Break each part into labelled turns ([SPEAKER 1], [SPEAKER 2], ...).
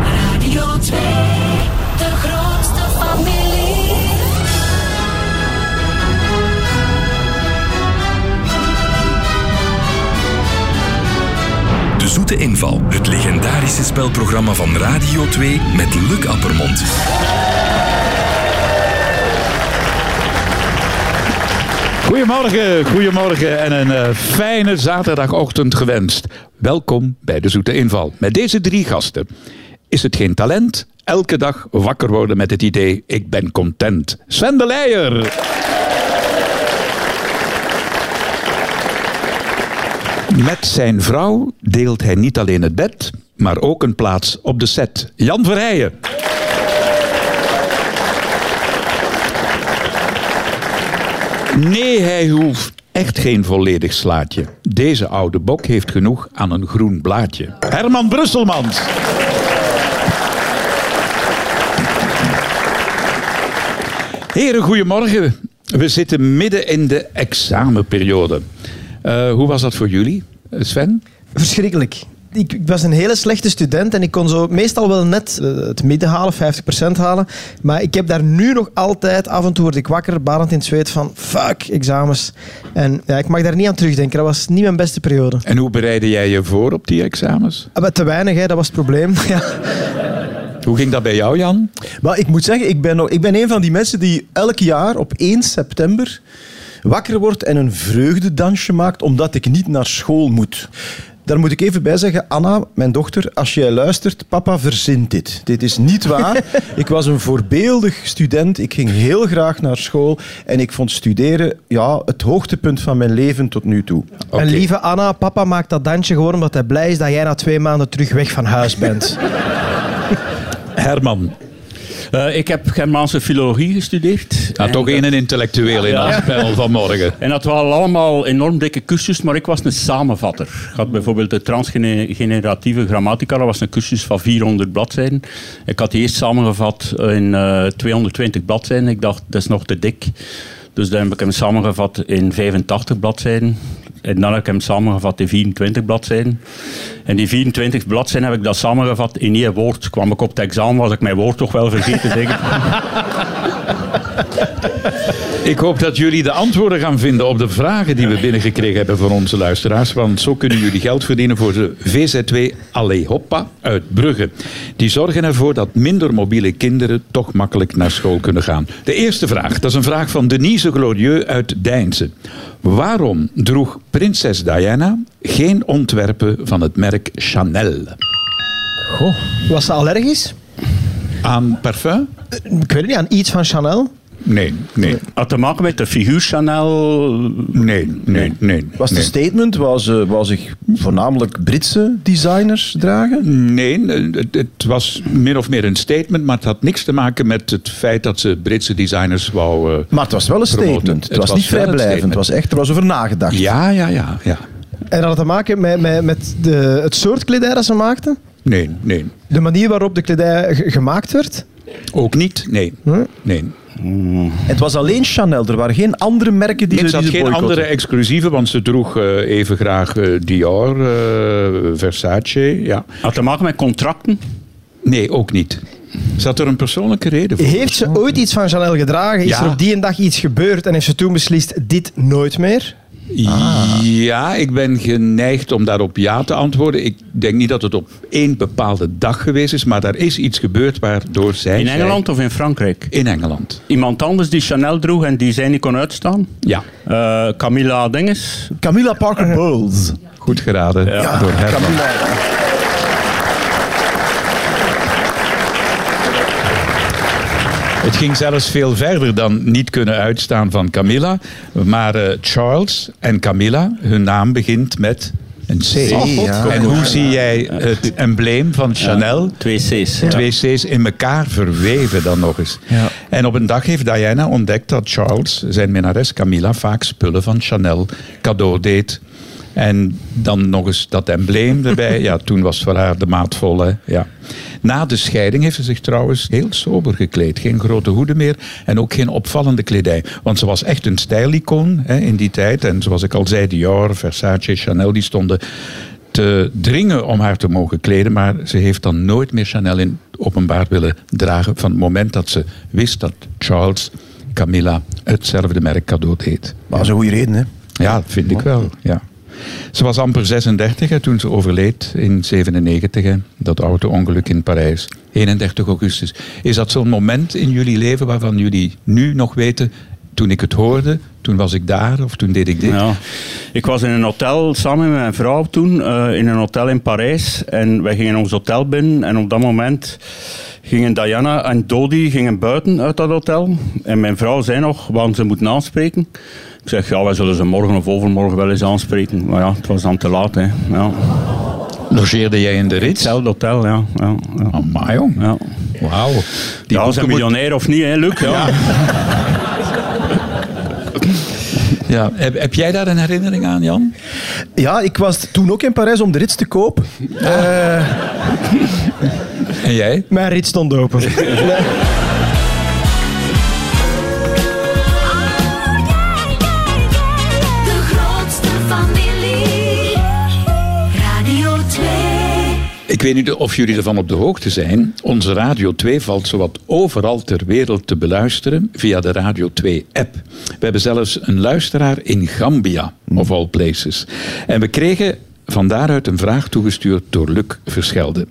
[SPEAKER 1] Radio 2, de grootste familie.
[SPEAKER 2] De Zoete Inval, het legendarische spelprogramma van Radio 2 met Luc Appermond.
[SPEAKER 3] Goedemorgen, goedemorgen en een eh, fijne zaterdagochtend gewenst. Welkom bij de Zoete Inval. Met deze drie gasten is het geen talent. Elke dag wakker worden met het idee, ik ben content. Sven de Leijer. Met zijn vrouw deelt hij niet alleen het bed, maar ook een plaats op de set. Jan Verheijen. Nee, hij hoeft echt geen volledig slaatje. Deze oude bok heeft genoeg aan een groen blaadje. Herman Brusselmans. Heren, goedemorgen. We zitten midden in de examenperiode. Eh, hoe was dat voor jullie, eh, Sven?
[SPEAKER 4] Verschrikkelijk. Ik, ik was een hele slechte student en ik kon zo meestal wel net eh, het midden halen, 50% halen. Maar ik heb daar nu nog altijd, af en toe word ik wakker, barend in het zweet van fuck, examens. En ja, ik mag daar niet aan terugdenken, dat was niet mijn beste periode.
[SPEAKER 3] En hoe bereidde jij je voor op die examens?
[SPEAKER 4] Eh, Maar te weinig, hè, dat was het probleem. Ja.
[SPEAKER 3] Hoe ging dat bij jou, Jan?
[SPEAKER 5] Maar ik moet zeggen, ik ben, nog, ik ben een van die mensen die elk jaar op 1 september wakker wordt en een vreugdedansje maakt omdat ik niet naar school moet. Daar moet ik even bij zeggen, Anna, mijn dochter, als jij luistert, papa verzint dit. Dit is niet waar. ik was een voorbeeldig student. Ik ging heel graag naar school. En ik vond studeren ja, het hoogtepunt van mijn leven tot nu toe.
[SPEAKER 3] Oké.
[SPEAKER 4] En lieve Anna, papa maakt dat dansje gewoon omdat hij blij is dat jij na twee maanden terug weg van huis bent.
[SPEAKER 3] Herman.
[SPEAKER 6] Eh, ik heb Germaanse filologie gestudeerd.
[SPEAKER 3] Nou,
[SPEAKER 6] En
[SPEAKER 3] toch
[SPEAKER 6] dat-
[SPEAKER 3] één een intellectueel in
[SPEAKER 6] Ja.
[SPEAKER 3] ons panel vanmorgen.
[SPEAKER 6] En dat waren allemaal enorm dikke cursus, maar ik was een samenvatter. Ik had bijvoorbeeld de transgeneratieve grammatica, dat was een cursus van 400 bladzijden. Ik had die eerst samengevat in eh, 220 bladzijden. Ik dacht, dat is nog te dik. Dus dan heb ik hem samengevat in 85 bladzijden. En dan heb ik hem samengevat in 24 bladzijden. En die 24 bladzijden heb ik dat samengevat in één woord. Kwam ik op het examen, was ik mijn woord toch wel vergeten zeggen.
[SPEAKER 3] Ik hoop dat jullie de antwoorden gaan vinden op de vragen die we binnengekregen hebben van onze luisteraars. Want zo kunnen jullie geld verdienen voor de VZW Allee Hoppa uit Brugge. Die zorgen ervoor dat minder mobiele kinderen toch makkelijk naar school kunnen gaan. De eerste vraag, dat is een vraag van Denise Glorieux uit Deinzen. Waarom droeg prinses Diana geen ontwerpen van het merk Chanel?
[SPEAKER 4] Was ze allergisch?
[SPEAKER 3] Aan parfum?
[SPEAKER 4] Ik weet het niet, aan iets van Chanel?
[SPEAKER 3] Nee, nee,
[SPEAKER 6] Had te maken met de figuur Chanel,
[SPEAKER 3] nee, nee, nee.
[SPEAKER 5] Was de
[SPEAKER 3] nee.
[SPEAKER 5] statement, was, eh was ik voornamelijk Britse designers dragen?
[SPEAKER 3] Nee, eh, het, het was min of meer een statement, maar het had niks te maken met het feit dat ze Britse designers wou. eh,
[SPEAKER 5] Maar het was wel een
[SPEAKER 3] Promoten.
[SPEAKER 5] statement. Het,
[SPEAKER 3] Het
[SPEAKER 5] was,
[SPEAKER 3] was
[SPEAKER 5] niet
[SPEAKER 3] wel een
[SPEAKER 5] vrijblijvend. Het
[SPEAKER 3] statement.
[SPEAKER 5] was echt, er was over nagedacht.
[SPEAKER 3] ja, ja, ja, ja.
[SPEAKER 4] En dat had te maken met, met, met de, het soort kledij dat ze maakten?
[SPEAKER 3] Nee, nee.
[SPEAKER 4] De manier waarop de kledij ge- gemaakt werd?
[SPEAKER 3] Ook niet? Nee.
[SPEAKER 4] Huh?
[SPEAKER 3] nee.
[SPEAKER 5] Het was alleen Chanel. Er waren geen andere merken die
[SPEAKER 3] Nee, ze
[SPEAKER 5] ze
[SPEAKER 3] had
[SPEAKER 5] die ze
[SPEAKER 3] geen
[SPEAKER 5] boycotten.
[SPEAKER 3] andere exclusieve, want ze droeg eh, even graag eh, Dior, eh, Versace. Ja.
[SPEAKER 6] Had te maken met contracten.
[SPEAKER 3] Nee, ook niet. Zat er een persoonlijke reden voor?
[SPEAKER 4] Heeft ze ooit iets van Chanel gedragen? Is
[SPEAKER 3] Ja.
[SPEAKER 4] er op die een dag iets gebeurd en heeft ze toen beslist dit nooit meer?
[SPEAKER 3] Ja, ik ben geneigd om daarop ja te antwoorden. Ik denk niet dat het op één bepaalde dag geweest is, maar daar is iets gebeurd waardoor zij...
[SPEAKER 6] In Engeland of in Frankrijk?
[SPEAKER 3] In Engeland.
[SPEAKER 6] Iemand anders die Chanel droeg en die zij niet kon uitstaan?
[SPEAKER 3] Ja,
[SPEAKER 6] Eh, Camilla Dinges.
[SPEAKER 5] Camilla Parker Bowles.
[SPEAKER 3] goed geraden door Herman. Het ging zelfs veel verder dan niet kunnen uitstaan van Camilla. Maar eh, Charles en Camilla, hun naam begint met een C.
[SPEAKER 5] Oh, God. ja.
[SPEAKER 3] En hoe zie jij het embleem van Chanel?
[SPEAKER 6] Twee C's.
[SPEAKER 3] Twee C's in elkaar verweven dan nog eens. En op een dag heeft Diana ontdekt dat Charles, zijn minnares Camilla, vaak spullen van Chanel cadeau deed. En dan nog eens dat embleem erbij. Ja, toen was het voor haar de maat vol. Hè. Ja. Na de scheiding heeft ze zich trouwens heel sober gekleed. Geen grote hoeden meer en ook geen opvallende kledij. Want ze was echt een stijlicoon hè, in die tijd. En zoals ik al zei, Dior, Versace, Chanel, die stonden te dringen om haar te mogen kleden, maar ze heeft dan nooit meer Chanel in het openbaar willen dragen van het moment dat ze wist dat Charles Camilla hetzelfde merk cadeau deed.
[SPEAKER 5] Maar dat is een goede reden, hè?
[SPEAKER 3] Ja, dat vind ik wel. Ja. Ze was amper 36 hè, toen ze overleed in 97, hè, dat auto-ongeluk in Parijs, 31 augustus. Is dat zo'n moment in jullie leven waarvan jullie nu nog weten, toen ik het hoorde, toen was ik daar of toen deed ik dit?
[SPEAKER 6] Ja. Ik was in een hotel samen met mijn vrouw toen, eh, in een hotel in Parijs. En wij gingen ons hotel binnen. En op dat moment gingen Diana en Dodi gingen buiten uit dat hotel. En mijn vrouw zei nog, want ze moeten aanspreken. Ik zeg, ja, wij zullen ze morgen of overmorgen wel eens aanspreken. Maar ja, het was dan te laat. Hè. Ja.
[SPEAKER 3] Logeerde jij in de rit?
[SPEAKER 6] Hetzelfde hotel, ja. ja, ja.
[SPEAKER 3] Amai, jong.
[SPEAKER 6] ja.
[SPEAKER 3] Wauw. Die
[SPEAKER 6] ja,
[SPEAKER 3] boeken
[SPEAKER 6] als een
[SPEAKER 3] moet-
[SPEAKER 6] miljonair of niet, hè, Luc? Ja.
[SPEAKER 3] Ja. Heb, heb jij daar een herinnering aan, Jan?
[SPEAKER 5] Ja, ik was toen ook in Parijs om de rits te kopen.
[SPEAKER 3] En jij?
[SPEAKER 4] Mijn rit stond open.
[SPEAKER 1] De grootste familie. Radio 2.
[SPEAKER 3] Ik weet niet of jullie ervan op de hoogte zijn. Onze Radio 2 valt zowat overal ter wereld te beluisteren via de Radio 2-app. We hebben zelfs een luisteraar in Gambia,
[SPEAKER 5] Hmm.
[SPEAKER 3] of all places. En we kregen van daaruit een vraag toegestuurd door Luc Verschelde.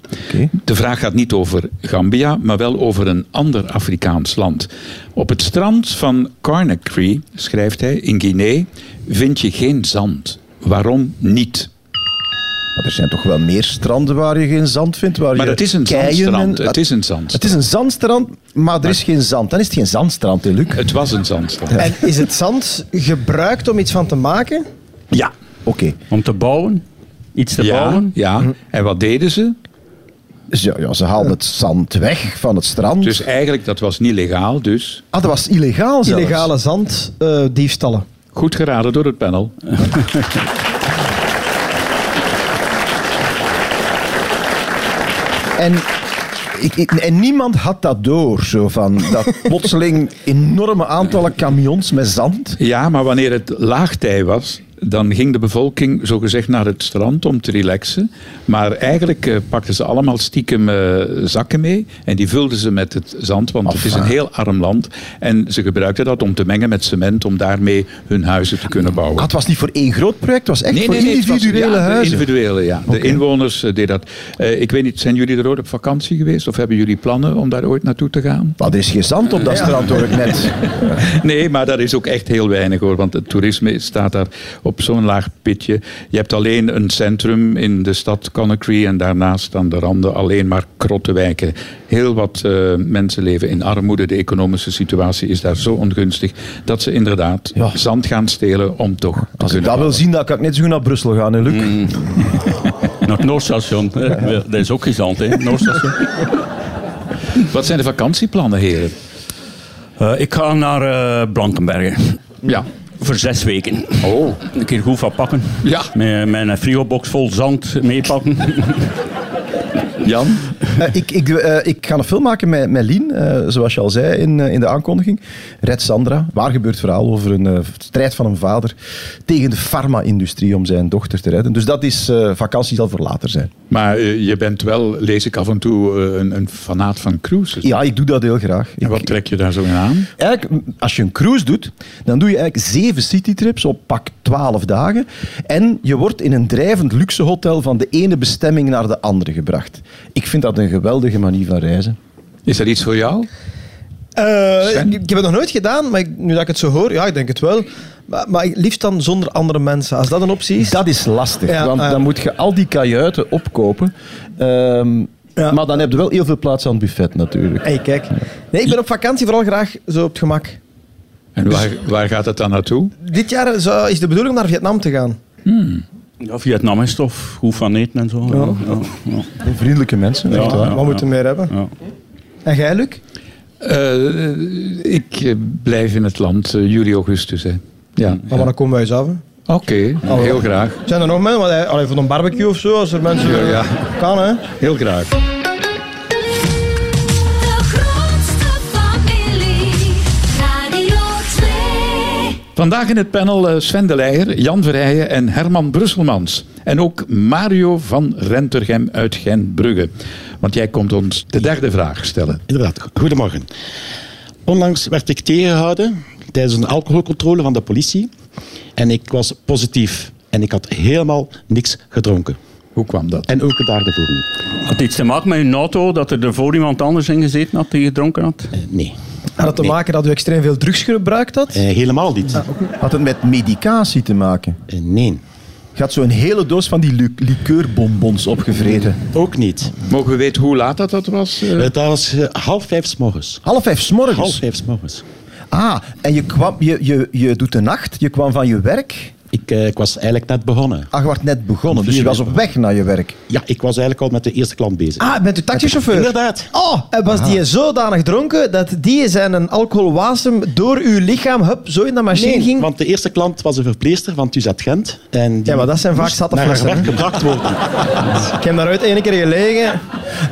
[SPEAKER 3] De vraag gaat niet over Gambia, maar wel over een ander Afrikaans land. Op het strand van Conakry, schrijft hij, in Guinea, vind je geen zand. Waarom niet?
[SPEAKER 5] Maar er zijn toch wel meer stranden waar je geen zand vindt? Waar
[SPEAKER 3] Maar
[SPEAKER 5] je
[SPEAKER 3] het is een
[SPEAKER 5] keien en-
[SPEAKER 3] zandstrand. Het is een zandstrand.
[SPEAKER 5] Het is een zandstrand, maar er is geen zand. Dan is het geen zandstrand, hè, Luc?
[SPEAKER 3] Het was een zandstrand.
[SPEAKER 4] En is het zand gebruikt om iets van te maken?
[SPEAKER 5] Ja. Oké.
[SPEAKER 6] Om te bouwen. Iets te
[SPEAKER 3] Ja,
[SPEAKER 6] bouwen.
[SPEAKER 3] ja. En wat deden ze?
[SPEAKER 5] Dus ja, ja, ze haalden het zand weg van het strand.
[SPEAKER 3] Dus eigenlijk, dat was niet legaal, dus
[SPEAKER 5] ah, dat was illegaal zelfs.
[SPEAKER 4] Illegale eh, zanddiefstallen.
[SPEAKER 3] goed geraden door het panel.
[SPEAKER 5] En, ik, ik- en niemand had dat door, zo van dat plotseling enorme aantallen camions met zand.
[SPEAKER 3] Ja, maar wanneer het laagtij was, dan ging de bevolking zogezegd naar het strand om te relaxen. Maar eigenlijk eh, pakten ze allemaal stiekem eh, zakken mee en die vulden ze met het zand, want het is een heel arm land. En ze gebruikten dat om te mengen met cement, om daarmee hun huizen te kunnen
[SPEAKER 5] Ah,
[SPEAKER 3] bouwen.
[SPEAKER 5] het was niet voor één groot project, het was echt voor
[SPEAKER 3] het was-
[SPEAKER 5] individuele
[SPEAKER 3] ja, de
[SPEAKER 5] huizen.
[SPEAKER 3] Individuele, ja. De inwoners eh, deden dat. Eh, ik weet niet, zijn jullie er ooit op vakantie geweest? Of hebben jullie plannen om daar ooit naartoe te gaan?
[SPEAKER 5] Maar er is geen zand op dat strand, hoor ik net.
[SPEAKER 3] Nee, maar dat is ook echt heel weinig hoor. Want het toerisme staat daar op zo'n laag pitje. Je hebt alleen een centrum in de stad Conakry. En daarnaast aan de randen alleen maar krottenwijken. Heel wat eh, mensen leven in armoede. De economische situatie is daar zo ongunstig. Dat ze inderdaad
[SPEAKER 5] Ja.
[SPEAKER 3] zand gaan stelen om toch te
[SPEAKER 5] Als ik
[SPEAKER 3] kunnen
[SPEAKER 5] dat wil
[SPEAKER 3] bouwen.
[SPEAKER 5] zien, dan kan ik net zo goed naar Brussel gaan, hè, Luc.
[SPEAKER 3] Mm.
[SPEAKER 6] Naar het Noordstation. hè. Dat is ook geen zand, hè. Noordstation.
[SPEAKER 3] Wat zijn de vakantieplannen, heren?
[SPEAKER 6] Eh, ik ga naar eh, Blankenbergen.
[SPEAKER 3] Ja.
[SPEAKER 6] Voor zes weken.
[SPEAKER 3] Oh.
[SPEAKER 6] Een keer goed van pakken.
[SPEAKER 3] Ja.
[SPEAKER 6] Met mijn frigobox vol zand meepakken.
[SPEAKER 3] Jan?
[SPEAKER 5] Eh, ik, ik, eh, ik ga een film maken met, met Lien, eh, zoals je al zei in, eh, in de aankondiging. Red Sandra, waar gebeurt het verhaal over een eh, strijd van een vader tegen de farma-industrie om zijn dochter te redden. Dus dat is, eh, vakantie zal voor later zijn.
[SPEAKER 3] Maar eh, je bent wel, lees ik af en toe, eh, een, een fanaat van cruises.
[SPEAKER 5] Ja, ik doe dat heel graag.
[SPEAKER 3] En
[SPEAKER 5] Ik-
[SPEAKER 3] wat trek je daar zo in aan?
[SPEAKER 5] Eigenlijk, m, als je een cruise doet, dan doe je eigenlijk zeven citytrips op pak twaalf dagen. En je wordt in een drijvend luxe hotel van de ene bestemming naar de andere gebracht. Ik vind dat een geweldige manier van reizen.
[SPEAKER 3] Is dat iets voor jou?
[SPEAKER 4] Eh,
[SPEAKER 3] Sven?
[SPEAKER 4] ik, ik heb het nog nooit gedaan, maar ik- nu dat ik het zo hoor, ja, ik denk het wel. Maar, maar liefst dan zonder andere mensen. Als dat een optie is.
[SPEAKER 5] Dat is lastig,
[SPEAKER 4] Ja,
[SPEAKER 5] want
[SPEAKER 4] ja.
[SPEAKER 5] dan moet je al die kajuiten opkopen. Ehm,
[SPEAKER 4] Ja.
[SPEAKER 5] Maar dan heb je wel heel veel plaats aan het buffet natuurlijk.
[SPEAKER 4] Hey, kijk. Nee, ik ben op vakantie vooral graag zo op het gemak.
[SPEAKER 3] En waar, waar gaat het dan naartoe?
[SPEAKER 4] Dit jaar zou- is de bedoeling om naar Vietnam te gaan.
[SPEAKER 6] Ja, Vietnam is tof. Goed van eten en zo. Ja, ja,
[SPEAKER 5] Vriendelijke mensen, echt
[SPEAKER 6] Ja,
[SPEAKER 5] waar.
[SPEAKER 6] ja.
[SPEAKER 4] Wat moeten we meer hebben?
[SPEAKER 6] ja.
[SPEAKER 4] En jij, Luc?
[SPEAKER 3] Eh, ik eh, blijf in het land, eh, juli, augustus. Hè. Ja. Oh.
[SPEAKER 4] Maar dan komen wij eens af. hè.
[SPEAKER 3] Hm. Oké, heel graag.
[SPEAKER 4] Zijn er nog mensen? Want, eh, Allee, voor een barbecue of zo, als er mensen... eh,
[SPEAKER 3] Ja, ja.
[SPEAKER 4] Kan, hè?
[SPEAKER 3] Heel graag.
[SPEAKER 1] De grootste familie. Radio 2.
[SPEAKER 3] Vandaag in het panel eh, Sven de Leijer, Jan Verheijen en Herman Brusselmans. En ook Mario van Rentergem uit Gentbrugge. Want jij komt ons de derde vraag stellen.
[SPEAKER 7] Inderdaad, goedemorgen. Onlangs werd ik tegengehouden tijdens een alcoholcontrole van de politie. En ik was positief. En ik had helemaal niks gedronken.
[SPEAKER 3] Hoe kwam dat?
[SPEAKER 7] En ook de dag ervoor niet.
[SPEAKER 6] Had iets te maken met uw auto, dat er daarvoor iemand anders in gezeten had die gedronken had?
[SPEAKER 7] Eh, nee,
[SPEAKER 4] Had het te maken dat u extreem veel drugs gebruikt had?
[SPEAKER 7] Eh, helemaal niet.
[SPEAKER 4] Ah,
[SPEAKER 5] Had het met medicatie te maken?
[SPEAKER 7] Eh, nee,
[SPEAKER 5] Je had zo'n hele doos van die lu- liqueurbonbons opgevreten.
[SPEAKER 7] ook niet.
[SPEAKER 3] Mogen we weten hoe laat dat, dat was? eh?
[SPEAKER 7] Het was eh, half vijf 's
[SPEAKER 4] Ah,
[SPEAKER 7] morgens.
[SPEAKER 5] Half vijf
[SPEAKER 4] dus-
[SPEAKER 7] Half
[SPEAKER 5] s'morgens.
[SPEAKER 7] vijf 's morgens.
[SPEAKER 5] Ah, en je, kwam, je, je, je doet de nacht, je kwam van je werk.
[SPEAKER 7] Ik, eh, ik was eigenlijk net begonnen.
[SPEAKER 5] Ah, je was net begonnen, dus je was op weg naar je werk.
[SPEAKER 7] Ja, ik was eigenlijk al met de eerste klant bezig.
[SPEAKER 4] Ah, bent u taxichauffeur?
[SPEAKER 7] Inderdaad.
[SPEAKER 4] Oh, en was die zodanig dronken dat die zijn een alcoholwasem door uw lichaam hup, zo in de machine
[SPEAKER 7] Nee,
[SPEAKER 4] ging?
[SPEAKER 7] want de eerste klant was een verpleester van Tuzet Gent. En die
[SPEAKER 4] Ja, maar dat zijn vaak
[SPEAKER 7] moest
[SPEAKER 4] zatte
[SPEAKER 7] naar haar
[SPEAKER 4] flessen,
[SPEAKER 7] werk gebracht
[SPEAKER 4] Ah,
[SPEAKER 7] worden.
[SPEAKER 4] Ik heb daar ooit één keer gelegen.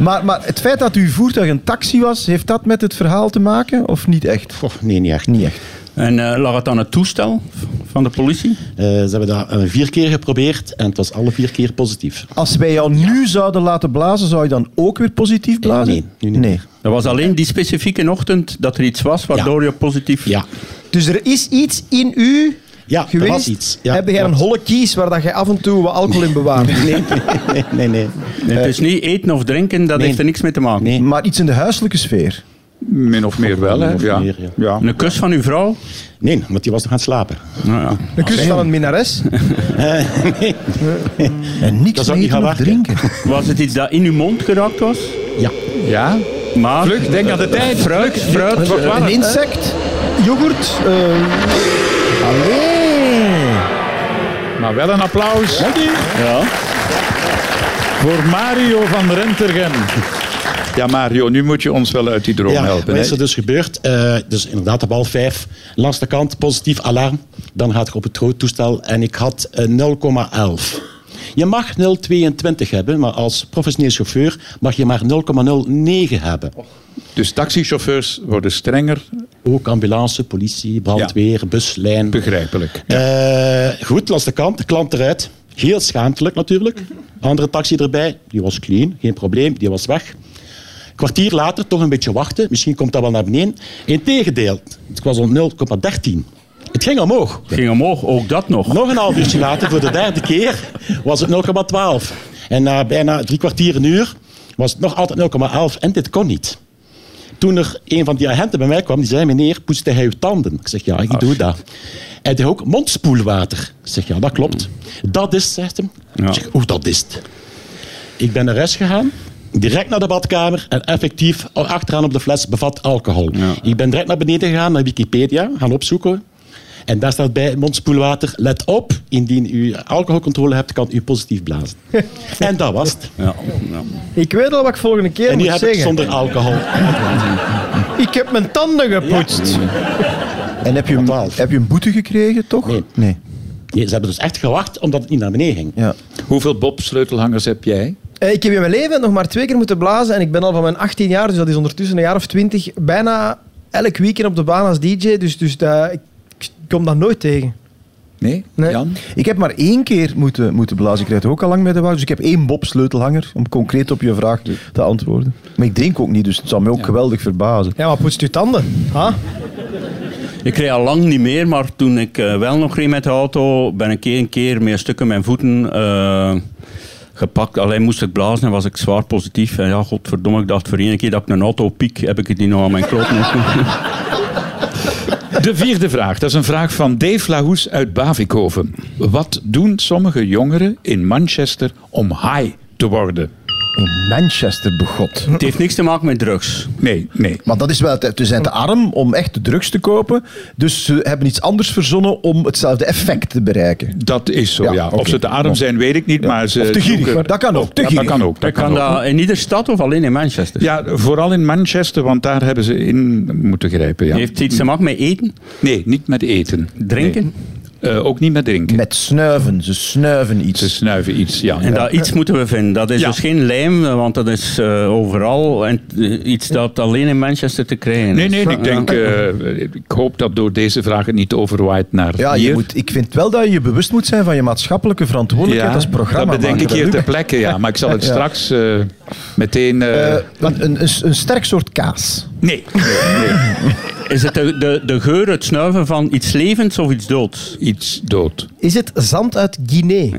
[SPEAKER 5] Maar, maar het feit dat uw voertuig een taxi was, heeft dat met het verhaal te maken of niet echt?
[SPEAKER 7] Goh, nee, niet echt.
[SPEAKER 5] Niet echt.
[SPEAKER 6] En eh, lag het aan het toestel van de politie?
[SPEAKER 7] Eh, ze hebben dat eh, vier keer geprobeerd en het was alle vier keer positief.
[SPEAKER 5] Als wij jou nu zouden laten blazen, zou je dan ook weer positief blazen?
[SPEAKER 7] nee, nu niet meer.
[SPEAKER 6] Dat was alleen die specifieke ochtend dat er iets was waardoor je positief...
[SPEAKER 7] Ja,
[SPEAKER 4] Dus er is iets in u
[SPEAKER 7] ja er
[SPEAKER 4] geweest.
[SPEAKER 7] was iets. Ja,
[SPEAKER 4] Heb jij een holle kies waar dat je af en toe wat alcohol in bewaart?
[SPEAKER 7] Nee, nee, nee. nee.
[SPEAKER 6] Het is niet eten of drinken, dat
[SPEAKER 7] nee.
[SPEAKER 6] heeft er niks mee te maken.
[SPEAKER 7] Nee.
[SPEAKER 5] Maar iets in de huiselijke sfeer.
[SPEAKER 3] Min of meer wel,
[SPEAKER 7] Min
[SPEAKER 3] hè?
[SPEAKER 7] of
[SPEAKER 3] Ja.
[SPEAKER 7] meer, ja.
[SPEAKER 3] ja.
[SPEAKER 6] Een kus van uw vrouw?
[SPEAKER 7] Nee, want die was nog aan het slapen.
[SPEAKER 6] Nou ja.
[SPEAKER 4] Een kus van een minares?
[SPEAKER 5] En niks
[SPEAKER 7] Dat
[SPEAKER 5] meer
[SPEAKER 7] zou niet
[SPEAKER 5] eten
[SPEAKER 7] gaan
[SPEAKER 5] of
[SPEAKER 7] werken.
[SPEAKER 5] drinken.
[SPEAKER 6] Was het iets dat in uw mond geraakt was?
[SPEAKER 7] Ja,
[SPEAKER 3] ja?
[SPEAKER 6] Maar...
[SPEAKER 3] Vlug, denk aan de tijd.
[SPEAKER 6] Fruit, fruit, wat waren
[SPEAKER 5] Een
[SPEAKER 6] het?
[SPEAKER 5] insect?
[SPEAKER 4] Yoghurt? eh,
[SPEAKER 3] Maar wel een applaus
[SPEAKER 6] Ja.
[SPEAKER 3] voor Mario van Rentergem. Ja, Mario, nu moet je ons wel uit die droom
[SPEAKER 7] ja
[SPEAKER 3] helpen.
[SPEAKER 7] wat
[SPEAKER 3] hè?
[SPEAKER 7] is er dus gebeurd? Eh, dus inderdaad, op half vijf, langs de kant, positief alarm. Dan gaat ik op het toestel en ik had eh, 0,11. Je mag 0,22 hebben, maar als professioneel chauffeur mag je maar 0,09 hebben.
[SPEAKER 3] Dus taxichauffeurs worden strenger,
[SPEAKER 7] Ook ambulance, politie, brandweer, buslijn.
[SPEAKER 3] begrijpelijk.
[SPEAKER 7] Eh, goed, langs de kant. De klant eruit. Heel schaamtelijk natuurlijk. Andere taxi erbij. Die was clean, geen probleem. Die was weg. Kwartier later toch een beetje wachten. Misschien komt dat wel naar beneden. Integendeel, het was om 0,13. Het ging omhoog.
[SPEAKER 6] Het ging omhoog, ook dat nog.
[SPEAKER 7] Nog een half uurtje later, voor de derde keer, was het 0,12. En na bijna drie kwartier een uur was het nog altijd 0,11. En dit kon niet. Toen er een van die agenten bij mij kwam, die zei, meneer, poetste hij uw tanden? Ik zeg, ja, ik doe dat. Hij deed ook mondspoelwater. Ik zeg, ja, dat klopt. Dat is, het, zegt hem.
[SPEAKER 6] Hmm. Ja.
[SPEAKER 7] Ik zeg, oeh, dat is het. Ik ben naar huis gegaan, direct naar de badkamer en effectief achteraan op de fles bevat alcohol.
[SPEAKER 6] Ja.
[SPEAKER 7] Ik ben direct naar beneden gegaan, naar Wikipedia, gaan opzoeken. En daar staat bij mondspoelwater, let op, indien u alcoholcontrole hebt, kan u positief blazen. en dat was het.
[SPEAKER 6] Ja, ja.
[SPEAKER 4] ik weet al wat ik volgende keer
[SPEAKER 7] En nu
[SPEAKER 4] moet
[SPEAKER 7] heb
[SPEAKER 4] zeggen.
[SPEAKER 7] ik zonder alcohol.
[SPEAKER 4] Ik heb mijn tanden gepoetst.
[SPEAKER 5] En heb je, een,
[SPEAKER 7] Twaalf.
[SPEAKER 5] heb je een boete gekregen, toch?
[SPEAKER 7] Nee. Nee, ze hebben dus echt gewacht omdat het niet naar beneden ging.
[SPEAKER 5] Ja.
[SPEAKER 3] Hoeveel Bob-sleutelhangers heb jij?
[SPEAKER 4] Eh, Ik heb in mijn leven nog maar twee keer moeten blazen en ik ben al van mijn 18 jaar, dus dat is ondertussen een jaar of 20, bijna elk weekend op de baan als DJ. Dus, dus dat, ik, ik kom dat nooit tegen.
[SPEAKER 3] Nee?
[SPEAKER 4] Nee.
[SPEAKER 3] Jan?
[SPEAKER 5] Ik heb maar één keer moeten, moeten blazen. Ik rijd ook al lang met de wagen. Dus ik heb één Bob-sleutelhanger om concreet op je vraag te antwoorden. Maar ik drink ook niet, dus het zou me ook geweldig verbazen.
[SPEAKER 4] Ja, maar poetst u tanden? Ha?
[SPEAKER 6] Ik reed al lang niet meer, maar toen ik eh, wel nog reed met de auto, ben ik één keer met een stuk in mijn voeten eh, gepakt. Alleen moest ik blazen en was ik zwaar positief. En ja, godverdomme, ik dacht voor één keer dat ik een auto piek, heb ik het niet nog aan mijn kloot moeten.
[SPEAKER 3] De vierde vraag, dat is een vraag van Dave Lahoes uit Bavikoven. Wat doen sommige jongeren in Manchester om high te worden?
[SPEAKER 5] In Manchester begot.
[SPEAKER 6] Het heeft niks te maken met drugs.
[SPEAKER 3] Nee, nee.
[SPEAKER 5] Want dat is wel, het- ze zijn te arm om echt de drugs te kopen. Dus ze hebben iets anders verzonnen om hetzelfde effect te bereiken.
[SPEAKER 3] Dat is zo, ja.
[SPEAKER 5] Ja,
[SPEAKER 3] Of
[SPEAKER 5] oké.
[SPEAKER 3] ze te arm zijn, weet ik niet, maar ze...
[SPEAKER 5] Of te gierig,
[SPEAKER 3] zoeken-
[SPEAKER 5] maar dat kan ook, te
[SPEAKER 3] Ja, dat
[SPEAKER 5] gierig.
[SPEAKER 3] kan ook. Dat
[SPEAKER 6] Ik
[SPEAKER 3] kan
[SPEAKER 6] kan
[SPEAKER 3] ook.
[SPEAKER 6] dat in ieder stad of alleen in Manchester.
[SPEAKER 3] Ja, vooral in Manchester, want daar hebben ze in moeten grijpen. Ja.
[SPEAKER 6] Heeft het iets te maken met eten,
[SPEAKER 3] Nee, niet met eten.
[SPEAKER 6] drinken?
[SPEAKER 3] Nee. Eh, ook niet meer drinken.
[SPEAKER 5] Met snuiven. Ze snuiven
[SPEAKER 3] Ze
[SPEAKER 5] iets.
[SPEAKER 3] snuiven iets, ja.
[SPEAKER 6] En dat iets moeten we vinden. Dat is
[SPEAKER 3] Ja.
[SPEAKER 6] dus geen lijm, eh, want dat is eh, overal. En eh, iets dat alleen in Manchester te krijgen
[SPEAKER 3] Nee,
[SPEAKER 6] is.
[SPEAKER 3] nee, ik denk,
[SPEAKER 6] Ja.
[SPEAKER 3] eh, ik hoop dat door deze vraag het niet overwaait naar
[SPEAKER 5] Ja,
[SPEAKER 3] hier.
[SPEAKER 5] je moet, ik vind wel dat je je bewust moet zijn van je maatschappelijke verantwoordelijkheid als programma.
[SPEAKER 3] dat bedenk ik hier ter plekke, ja. Maar ik zal het
[SPEAKER 5] Ja.
[SPEAKER 3] straks eh, meteen... eh,
[SPEAKER 5] want een, een, een sterk soort kaas.
[SPEAKER 3] nee. nee, nee.
[SPEAKER 6] Is het de, de, de geur, het snuiven van iets levends of iets doods?
[SPEAKER 3] Iets dood.
[SPEAKER 4] Is het zand uit Guinea?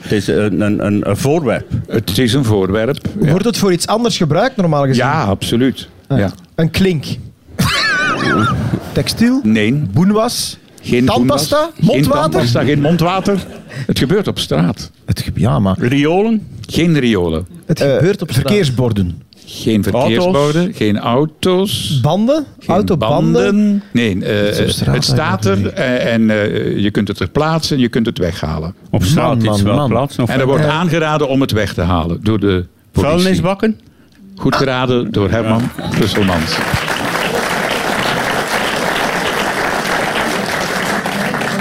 [SPEAKER 6] Het is een, een, een, een voorwerp.
[SPEAKER 3] Het is een voorwerp. Ja,
[SPEAKER 4] Wordt het voor iets anders gebruikt normaal gezien?
[SPEAKER 3] Ja, absoluut.
[SPEAKER 5] Ah.
[SPEAKER 3] Ja.
[SPEAKER 4] Een klink.
[SPEAKER 5] Textiel,
[SPEAKER 3] Nee.
[SPEAKER 5] boenwas,
[SPEAKER 3] Geen
[SPEAKER 5] Tandpasta?
[SPEAKER 3] poenwas,
[SPEAKER 5] Mondwater?
[SPEAKER 3] Geen tandpasta, geen mondwater. Het gebeurt op straat.
[SPEAKER 5] het, ge- ja, maar,
[SPEAKER 6] Riolen?
[SPEAKER 3] Geen riolen.
[SPEAKER 4] Het gebeurt op straat.
[SPEAKER 5] verkeersborden.
[SPEAKER 3] Geen verkeersborden, geen auto's.
[SPEAKER 4] Banden?
[SPEAKER 3] geen
[SPEAKER 4] Autobanden?
[SPEAKER 3] banden. Nee, eh,
[SPEAKER 5] is op straat
[SPEAKER 3] het staat er
[SPEAKER 5] eigenlijk
[SPEAKER 3] eh, en eh, je kunt het er plaatsen en je kunt het weghalen.
[SPEAKER 6] Op straat
[SPEAKER 5] Man,
[SPEAKER 6] iets
[SPEAKER 5] man,
[SPEAKER 6] wel
[SPEAKER 5] man.
[SPEAKER 6] plaatsen? Of
[SPEAKER 3] En er wordt aangeraden om het weg te halen door de politie.
[SPEAKER 6] vuilnisbakken?
[SPEAKER 3] Goed geraden door Herman Brusselmans.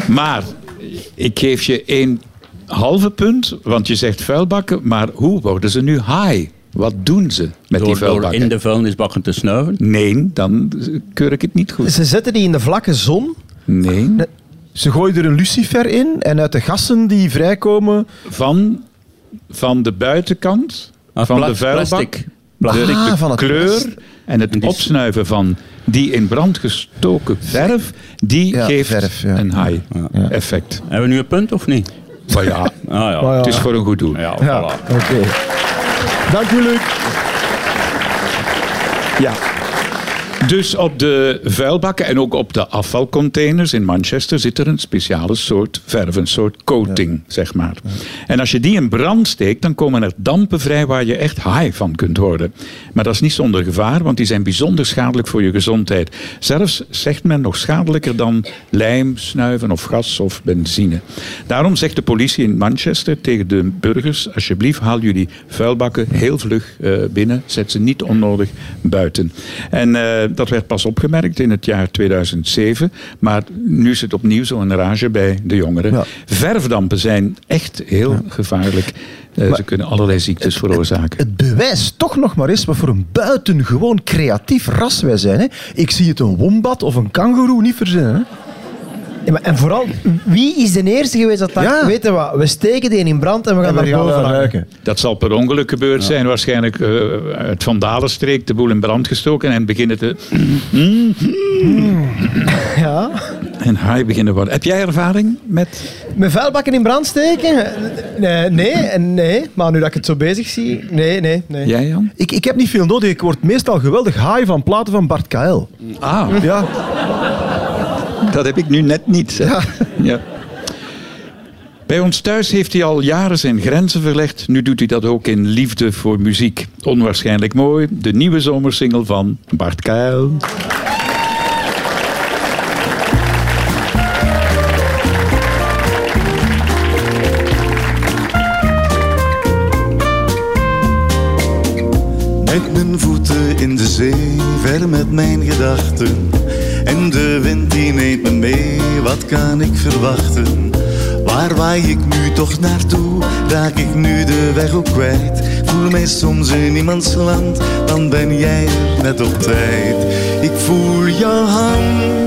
[SPEAKER 3] Maar ik geef je één halve punt, want je zegt vuilbakken, maar hoe worden ze nu high? Wat doen ze met die
[SPEAKER 6] Door, door
[SPEAKER 3] vuilbakken?
[SPEAKER 6] in de vuilnisbakken te snuiven?
[SPEAKER 3] Nee, dan keur ik het niet goed.
[SPEAKER 4] Ze zetten die in de vlakke zon.
[SPEAKER 3] Nee,
[SPEAKER 5] Ze gooien er een lucifer in en uit de gassen die vrijkomen...
[SPEAKER 3] van, van de buitenkant,
[SPEAKER 6] Ah,
[SPEAKER 3] van
[SPEAKER 6] pla-
[SPEAKER 3] de vuilbak,
[SPEAKER 6] plastic.
[SPEAKER 3] de,
[SPEAKER 5] Ah,
[SPEAKER 3] de
[SPEAKER 5] van het
[SPEAKER 3] kleur
[SPEAKER 5] plastic.
[SPEAKER 3] en het
[SPEAKER 6] En die-
[SPEAKER 3] opsnuiven van die in brand gestoken verf, die
[SPEAKER 5] Ja,
[SPEAKER 3] geeft
[SPEAKER 5] verf, ja.
[SPEAKER 3] een high effect.
[SPEAKER 6] Hebben we nu een punt of niet?
[SPEAKER 3] Maar ja,
[SPEAKER 6] Ah ja.
[SPEAKER 3] het is voor een goed doel.
[SPEAKER 6] Ja,
[SPEAKER 5] Ja,
[SPEAKER 6] voilà.
[SPEAKER 5] oké. Dank u, Luc.
[SPEAKER 3] Dus op de vuilbakken en ook op de afvalcontainers in Manchester zit er een speciale soort verf, een soort coating, zeg maar. En als je die in brand steekt, dan komen er dampen vrij waar je echt high van kunt worden. Maar dat is niet zonder gevaar, want die zijn bijzonder schadelijk voor je gezondheid. Zelfs zegt men nog schadelijker dan lijm, snuiven of gas of benzine. Daarom zegt de politie in Manchester tegen de burgers: alsjeblieft, haal jullie vuilbakken heel vlug eh, binnen. Zet ze niet onnodig buiten. En eh, dat werd pas opgemerkt in het jaar 2007. Maar nu zit opnieuw zo'n rage bij de jongeren.
[SPEAKER 5] Ja.
[SPEAKER 3] Verfdampen zijn echt heel gevaarlijk. Eh, ze kunnen allerlei ziektes veroorzaken.
[SPEAKER 5] Het bewijst toch nog maar eens wat voor een buitengewoon creatief ras wij zijn. Hè? Ik zie het een wombat of een kangoeroe niet verzinnen. Hè?
[SPEAKER 4] Ja, maar en vooral, wie is de eerste geweest dat dacht,
[SPEAKER 5] Ja.
[SPEAKER 4] weet je wat, we steken die in brand en we gaan daar eh, boven hangen.
[SPEAKER 3] Dat zal per ongeluk gebeurd zijn. Waarschijnlijk eh uit Vandalenstreek de boel in brand gestoken en beginnen te.
[SPEAKER 4] Ja.
[SPEAKER 3] En high beginnen worden. Heb jij ervaring met
[SPEAKER 4] Met vuilbakken in brand steken? Nee, nee, en nee. Maar nu dat ik het zo bezig zie, nee, nee, nee.
[SPEAKER 3] jij, Jan?
[SPEAKER 5] Ik, ik heb niet veel nodig. Ik word meestal geweldig high van platen van Bart Kael.
[SPEAKER 3] Ah,
[SPEAKER 5] Ja.
[SPEAKER 3] dat heb ik nu net niet. hè. Ja. Bij ons thuis heeft hij al jaren zijn grenzen verlegd. Nu doet hij dat ook in liefde voor muziek. Onwaarschijnlijk mooi, de nieuwe zomersingle van Bart Kuil.
[SPEAKER 8] Met mijn voeten in de zee, ver met mijn gedachten. En de wind die neemt me mee, wat kan ik verwachten? Waar waai ik nu toch naartoe? Raak ik nu de weg ook kwijt? Voel mij soms in iemands land, dan ben jij er net op tijd. Ik voel jouw hand